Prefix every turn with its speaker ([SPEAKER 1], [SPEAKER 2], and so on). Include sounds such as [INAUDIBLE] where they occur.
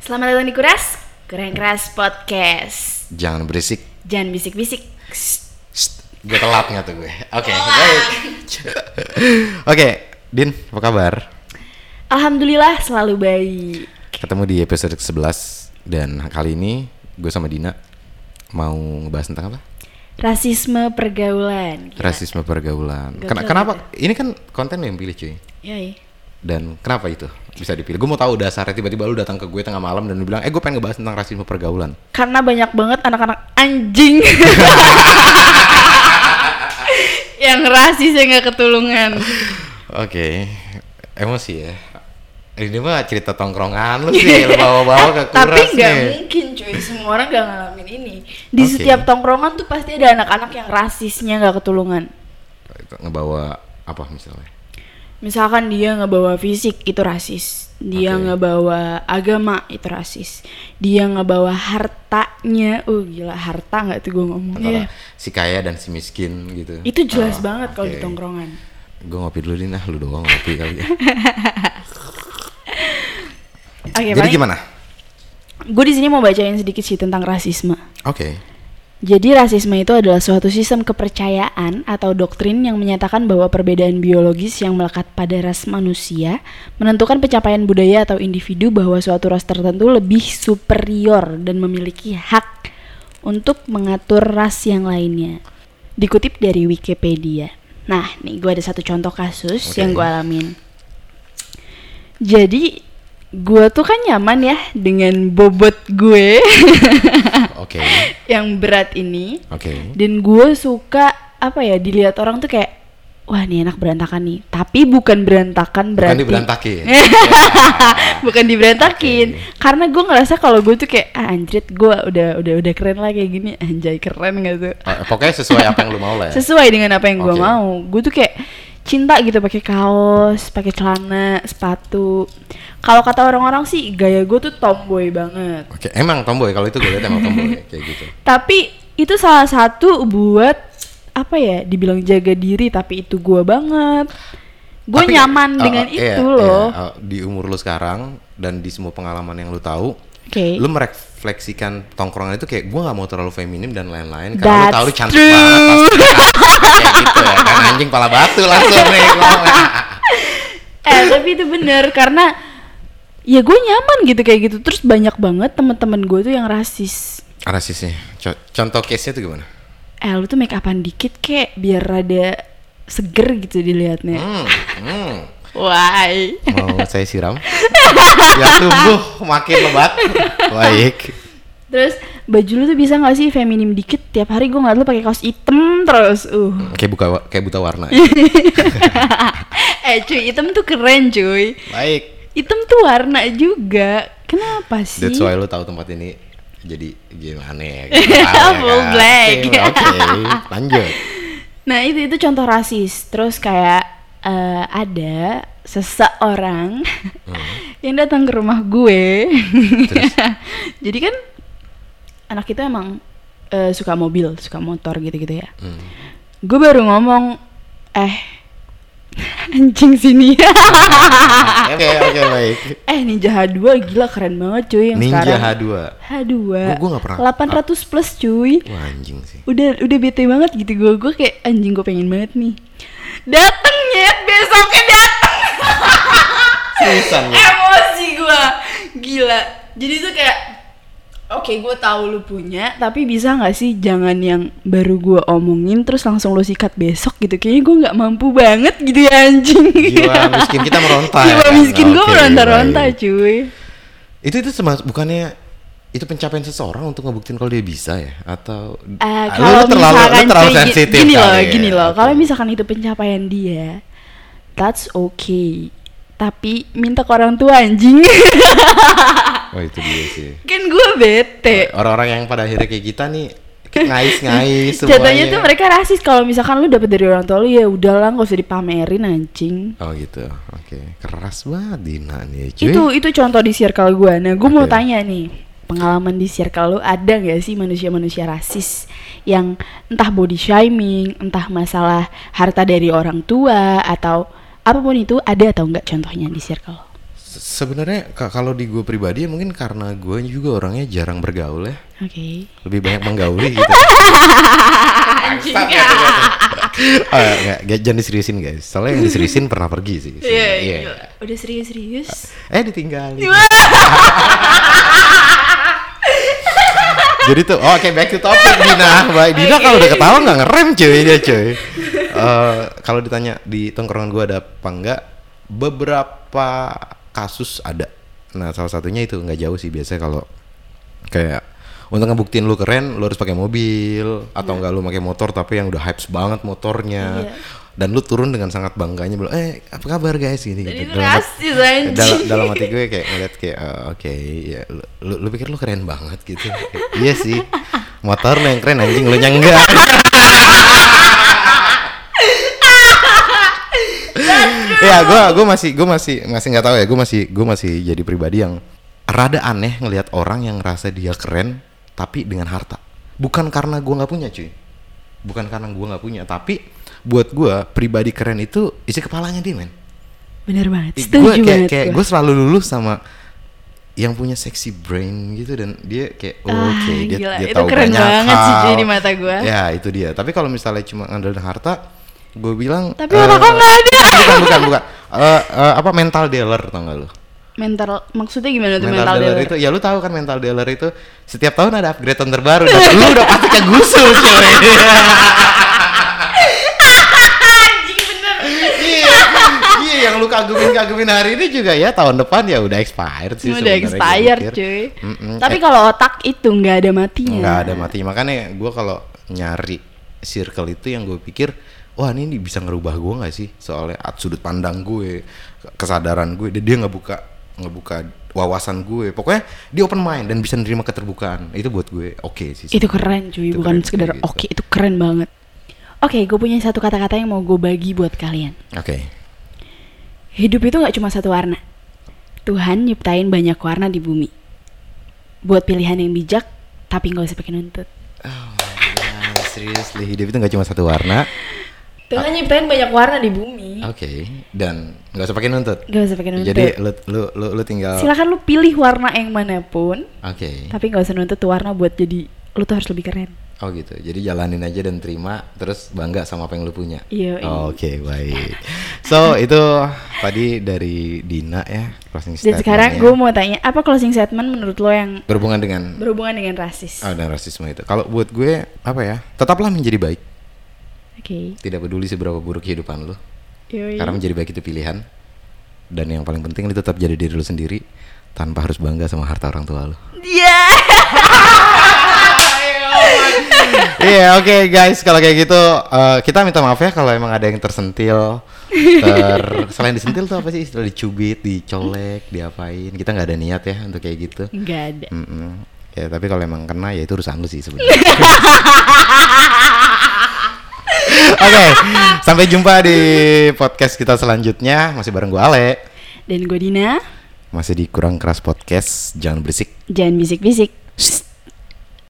[SPEAKER 1] Selamat datang di Kuras, Kurang Keras Podcast.
[SPEAKER 2] Jangan berisik.
[SPEAKER 1] Jangan bisik-bisik.
[SPEAKER 2] Shh, gue telat nggak tuh gue. Oke, baik. [LAUGHS] Oke, Din, apa kabar?
[SPEAKER 1] Alhamdulillah selalu baik.
[SPEAKER 2] Ketemu di episode ke-11 dan kali ini gue sama Dina mau ngebahas tentang apa?
[SPEAKER 1] Rasisme pergaulan. Gila.
[SPEAKER 2] Rasisme pergaulan.
[SPEAKER 1] Iya. Gak ya.
[SPEAKER 2] Ken-
[SPEAKER 1] tahu
[SPEAKER 2] kenapa? Ini kan konten lo yang pilih cuy.
[SPEAKER 1] Yoi.
[SPEAKER 2] Dan kenapa itu bisa dipilih? Gue mau tahu dasarnya tiba-tiba lu datang ke gue tengah malam dan lu bilang, eh gue pengen ngebahas tentang rasisme pergaulan.
[SPEAKER 1] Karena banyak banget anak-anak anjing. [LAUGHS] yang rasis yang gak ketulungan.
[SPEAKER 2] Oke, emosi ya. Ini mah cerita tongkrongan lu
[SPEAKER 1] [LAUGHS]
[SPEAKER 2] sih, lu bawa-bawa ke
[SPEAKER 1] Eh,
[SPEAKER 2] Oh, kuras
[SPEAKER 1] Tapi nggak
[SPEAKER 2] nih.
[SPEAKER 1] mungkin cuy, semua orang gak ngalamin ini. Di
[SPEAKER 2] Oke.
[SPEAKER 1] setiap tongkrongan tuh pasti ada anak-anak yang rasisnya gak ketulungan.
[SPEAKER 2] Itu, ngebawa apa misalnya?
[SPEAKER 1] Misalkan dia nggak bawa fisik itu rasis, dia
[SPEAKER 2] Oke.
[SPEAKER 1] nggak bawa agama itu rasis, dia nggak bawa hartanya, uh gila harta nggak tuh gue ngomong
[SPEAKER 2] Antara si kaya dan si miskin gitu.
[SPEAKER 1] Iya. Itu jelas banget kalau di
[SPEAKER 2] ditongkrong
[SPEAKER 1] tongkrongan.
[SPEAKER 2] Gue ngopi dulu Din, ah lu doang ngopi kali ya.
[SPEAKER 1] [LAUGHS] Oke,
[SPEAKER 2] Jadi gimana?
[SPEAKER 1] Gue di sini mau bacain sedikit sih tentang rasisme.
[SPEAKER 2] Oke.
[SPEAKER 1] Jadi rasisme itu adalah suatu sistem kepercayaan atau doktrin yang menyatakan bahwa perbedaan biologis yang melekat pada ras manusia menentukan pencapaian budaya atau individu bahwa suatu ras tertentu lebih superior dan memiliki hak untuk mengatur ras yang lainnya. Dikutip dari Wikipedia. Nah, nih gue ada satu contoh kasus
[SPEAKER 2] Oke.
[SPEAKER 1] yang gue alamin. Jadi gue tuh kan nyaman ya dengan bobot gue
[SPEAKER 2] Oke.
[SPEAKER 1] [LAUGHS] yang berat ini
[SPEAKER 2] Oke.
[SPEAKER 1] dan gue suka apa ya dilihat orang tuh kayak wah nih anak berantakan nih tapi bukan berantakan
[SPEAKER 2] Bukan
[SPEAKER 1] berarti
[SPEAKER 2] diberantakin.
[SPEAKER 1] [LAUGHS] bukan diberantakin karena gue ngerasa kalau gue tuh kayak ah, anjrit gue udah udah udah keren lah kayak gini anjay keren gak tuh
[SPEAKER 2] Eh, Pokoknya sesuai apa yang lu mau lah ya.
[SPEAKER 1] sesuai dengan apa yang gue
[SPEAKER 2] Oke.
[SPEAKER 1] mau gue tuh kayak cinta gitu pakai kaos pakai celana sepatu kalau kata orang-orang sih gaya gue tuh tomboy banget
[SPEAKER 2] Oke, emang tomboy kalau itu gue lihat emang
[SPEAKER 1] [LAUGHS]
[SPEAKER 2] tomboy kayak gitu.
[SPEAKER 1] tapi itu salah satu buat apa ya dibilang jaga diri tapi itu gua banget gue
[SPEAKER 2] Tapi,
[SPEAKER 1] nyaman
[SPEAKER 2] eh,
[SPEAKER 1] dengan
[SPEAKER 2] eh, iya,
[SPEAKER 1] itu
[SPEAKER 2] iya,
[SPEAKER 1] loh
[SPEAKER 2] eh, di umur lu sekarang dan di semua pengalaman yang lu tahu,
[SPEAKER 1] oke
[SPEAKER 2] lu merefleksikan tongkrongan itu kayak gue nggak mau terlalu feminim dan lain-lain karena lu
[SPEAKER 1] That's
[SPEAKER 2] tahu lu cantik
[SPEAKER 1] true.
[SPEAKER 2] banget pasti kayak gitu ya kan anjing pala batu langsung nih ngomong.
[SPEAKER 1] eh tapi itu bener karena ya gue nyaman gitu kayak gitu terus banyak banget teman-teman gue tuh yang rasis
[SPEAKER 2] rasisnya Co- contoh case nya tuh gimana
[SPEAKER 1] eh lu tuh make upan dikit kek biar rada seger gitu dilihatnya
[SPEAKER 2] hmm, hmm.
[SPEAKER 1] why
[SPEAKER 2] mau saya siram biar tumbuh makin lebat baik
[SPEAKER 1] terus baju lu tuh bisa nggak sih feminim dikit tiap hari gue ngeliat lu pakai kaos hitam terus uh
[SPEAKER 2] kayak buka wa- kayak buta warna
[SPEAKER 1] eh cuy hitam tuh keren cuy
[SPEAKER 2] baik
[SPEAKER 1] hitam tuh warna juga kenapa sih
[SPEAKER 2] that's why lu tahu tempat ini jadi gimana ya
[SPEAKER 1] Full black.
[SPEAKER 2] oke lanjut
[SPEAKER 1] nah itu itu contoh rasis terus kayak eh, ada seseorang
[SPEAKER 2] Hmm.
[SPEAKER 1] [LAUGHS] yang datang ke rumah gue [LAUGHS] jadi kan anak kita emang eh, suka mobil suka motor gitu-gitu ya
[SPEAKER 2] Hmm.
[SPEAKER 1] gue baru ngomong eh [LAUGHS] anjing sini [LAUGHS]
[SPEAKER 2] oke oke baik
[SPEAKER 1] eh Ninja H2 gila keren banget cuy yang
[SPEAKER 2] ninja
[SPEAKER 1] sekarang
[SPEAKER 2] H2
[SPEAKER 1] H2
[SPEAKER 2] Gua- gua nggak pernah-
[SPEAKER 1] 800 plus cuy
[SPEAKER 2] wah anjing sih
[SPEAKER 1] udah udah bete banget gitu gue gue kayak anjing gue pengen banget nih dateng nyet besoknya dateng
[SPEAKER 2] Seriusan lu?
[SPEAKER 1] emosi gue gila jadi tuh kayak oke gue tahu lu punya tapi bisa nggak sih jangan yang baru gue omongin terus langsung lu sikat besok gitu kayaknya gue nggak mampu banget gitu ya anjing
[SPEAKER 2] Jiwa
[SPEAKER 1] [LAUGHS]
[SPEAKER 2] miskin kita meronta, ya
[SPEAKER 1] jiwa
[SPEAKER 2] kan?
[SPEAKER 1] miskin gue
[SPEAKER 2] Oke,
[SPEAKER 1] meronta-ronta
[SPEAKER 2] baik.
[SPEAKER 1] cuy
[SPEAKER 2] Itu itu semas bukannya itu pencapaian seseorang untuk ngebuktiin kalau dia bisa ya atau
[SPEAKER 1] Eh,
[SPEAKER 2] Ah, lu-
[SPEAKER 1] kalau
[SPEAKER 2] lu terlalu lu
[SPEAKER 1] misalkan
[SPEAKER 2] terlalu
[SPEAKER 1] cuy, gi-
[SPEAKER 2] sensitif
[SPEAKER 1] gini loh,
[SPEAKER 2] kali ya.
[SPEAKER 1] gini loh.
[SPEAKER 2] Oke.
[SPEAKER 1] Kalau misalkan itu pencapaian dia, that's okay. Tapi minta ke orang tua anjing. [LAUGHS]
[SPEAKER 2] oh itu dia sih.
[SPEAKER 1] kan gue bete.
[SPEAKER 2] Orang-orang yang pada akhirnya kayak kita nih kayak ngais-ngais iya. semuanya.
[SPEAKER 1] [LAUGHS] Jatuhnya tuh mereka rasis kalau misalkan lu dapet dari orang tua lu ya udahlah nggak usah dipamerin anjing.
[SPEAKER 2] Oh gitu. Oke, keras banget Dina nih, cuy.
[SPEAKER 1] Itu itu contoh di circle gue. Nah, gue mau
[SPEAKER 2] Oke.
[SPEAKER 1] tanya nih, pengalaman di circle lu ada nggak sih manusia-manusia rasis yang entah body shaming, entah masalah harta dari orang tua atau apapun itu ada atau nggak contohnya di circle? lo?
[SPEAKER 2] Se- Sebenarnya ka- kalau di gue pribadi ya mungkin karena gue juga orangnya jarang bergaul ya,
[SPEAKER 1] Oke.
[SPEAKER 2] lebih banyak menggauli [LAUGHS] gitu. Bangsat ya, tuh, [LAUGHS] gua tuh. Oh, ya, nggak, nggak, jangan diseriusin guys. Soalnya yang diseriusin pernah pergi sih.
[SPEAKER 1] Iya,
[SPEAKER 2] Iya.
[SPEAKER 1] iya. Udah serius-serius.
[SPEAKER 2] Eh ditinggalin. [LAUGHS] Jadi tuh, oh, oke back to topic Dina. Baik Dina kalau udah ketawa nggak ngerem cuy dia cuy. Eh, kalau ditanya di tongkrongan gua ada apa enggak? Beberapa kasus ada. Nah salah satunya itu nggak jauh sih biasanya kalau kayak untuk ngebuktiin lu keren, lu harus pakai mobil atau enggak lu pakai motor tapi yang udah hypes banget motornya.
[SPEAKER 1] Iya.
[SPEAKER 2] Dan lu turun dengan sangat bangganya bilang, "Eh, apa kabar guys?" gini
[SPEAKER 1] Jadi
[SPEAKER 2] gitu.
[SPEAKER 1] itu
[SPEAKER 2] Dalam hati-
[SPEAKER 1] rasis anjing.
[SPEAKER 2] dalam, dalam hati gue kayak ngeliat kayak "Eh, oke ya lu, lu, lu pikir lu keren banget gitu iya sih motor lu yang keren anjing lu nya enggak ya gue gue masih gue masih masih nggak tahu ya gue masih gue masih jadi pribadi yang rada aneh ngelihat orang yang ngerasa dia keren tapi dengan harta bukan karena gue nggak punya cuy bukan karena gue nggak punya tapi buat gue pribadi keren itu isi kepalanya dia men
[SPEAKER 1] Bener banget.
[SPEAKER 2] gue
[SPEAKER 1] Setuju
[SPEAKER 2] kayak,
[SPEAKER 1] banget.
[SPEAKER 2] kayak
[SPEAKER 1] gua.
[SPEAKER 2] gue selalu lulus sama yang punya sexy brain gitu dan dia kayak oke
[SPEAKER 1] Ah,
[SPEAKER 2] dia,
[SPEAKER 1] gila,
[SPEAKER 2] dia
[SPEAKER 1] itu
[SPEAKER 2] tahu
[SPEAKER 1] keren
[SPEAKER 2] banyak
[SPEAKER 1] banget sih,
[SPEAKER 2] hal."
[SPEAKER 1] cuy, di mata gua.
[SPEAKER 2] ya itu dia tapi kalau misalnya cuma ngandelin harta gue bilang
[SPEAKER 1] Tapi orang
[SPEAKER 2] eh,
[SPEAKER 1] kok nggak ada.
[SPEAKER 2] bukan bukan bukan Eh, eh, apa mental dealer tau gak lu
[SPEAKER 1] Mental maksudnya gimana tuh
[SPEAKER 2] mental,
[SPEAKER 1] mental,
[SPEAKER 2] dealer,
[SPEAKER 1] dealer?
[SPEAKER 2] itu ya lu tahu kan mental dealer itu setiap tahun ada upgradean terbaru dan lu udah pasti kegusu cuy
[SPEAKER 1] Anjing bener.
[SPEAKER 2] iya iya yang lu kagumin kagumin hari ini juga ya tahun depan ya udah expired sih
[SPEAKER 1] Udah
[SPEAKER 2] sebenarnya gua
[SPEAKER 1] expired
[SPEAKER 2] pikir.
[SPEAKER 1] cuy.
[SPEAKER 2] Mm-mm. Eh.
[SPEAKER 1] Tapi kalau otak itu nggak ada matinya.
[SPEAKER 2] nggak ada mati makanya gue kalau nyari circle itu yang gue pikir wah ini bisa ngerubah gue nggak sih soalnya at- sudut pandang gue kesadaran gue dia- dia nggak buka nggak buka wawasan gue pokoknya dia open mind dan bisa nerima keterbukaan itu buat gue oke sih
[SPEAKER 1] Itu keren cuy,
[SPEAKER 2] Itu
[SPEAKER 1] bukan
[SPEAKER 2] keren,
[SPEAKER 1] sekedar
[SPEAKER 2] kayak gitu.
[SPEAKER 1] oke, itu keren banget. Oke, gue punya satu kata-kata yang mau gue bagi buat kalian.
[SPEAKER 2] oke
[SPEAKER 1] Hidup itu nggak cuma satu warna. Tuhan nyiptain banyak warna di bumi. Buat pilihan yang bijak, tapi nggak usah pakai nuntut.
[SPEAKER 2] Nah, seriously hidup itu nggak cuma satu warna
[SPEAKER 1] Tuhan nyiptain banyak warna di bumi.
[SPEAKER 2] oke dan nggak usah pakai nuntut
[SPEAKER 1] Nggak usah pakai nuntut.
[SPEAKER 2] jadi eh, lu lu lu, lu tinggal oke
[SPEAKER 1] Silakan lu pilih warna yang manapun,
[SPEAKER 2] Iya.
[SPEAKER 1] tapi nggak usah nuntut tuh warna buat jadi lu tuh harus lebih keren.
[SPEAKER 2] Oh gitu. Jadi jalanin aja dan terima terus bangga sama apa yang lu punya.
[SPEAKER 1] Iya, iya.
[SPEAKER 2] Oke, baik. So, itu tadi dari Dina ya
[SPEAKER 1] Dan
[SPEAKER 2] closing statement.
[SPEAKER 1] sekarang gue mau tanya, apa closing statement menurut lo yang
[SPEAKER 2] berhubungan dengan
[SPEAKER 1] berhubungan dengan rasis?
[SPEAKER 2] oh, dan rasisme itu. Kalau buat gue apa ya? Tetaplah menjadi baik.
[SPEAKER 1] Oke.
[SPEAKER 2] Tidak peduli seberapa buruk kehidupan lu.
[SPEAKER 1] Yoi.
[SPEAKER 2] Karena menjadi baik itu pilihan. Dan yang paling penting lu tetap jadi diri lu sendiri tanpa harus bangga sama harta orang tua lu.
[SPEAKER 1] Iya.
[SPEAKER 2] [LAUGHS] Iya oke guys kalau kayak gitu eh, kita minta maaf ya kalau emang ada yang tersentil ter [LAUGHS] selain disentil tuh apa sih istilah dicubit dicolek diapain kita nggak ada niat ya untuk kayak gitu
[SPEAKER 1] Nggak ada.
[SPEAKER 2] Mm-mm. ya tapi kalau emang kena ya itu urusan lu sih sebenarnya oke sampai jumpa di podcast kita selanjutnya masih bareng gua Ale
[SPEAKER 1] Dan gue Dina,
[SPEAKER 2] masih di kurang keras podcast jangan berisik
[SPEAKER 1] jangan bisik-bisik.
[SPEAKER 2] Shh.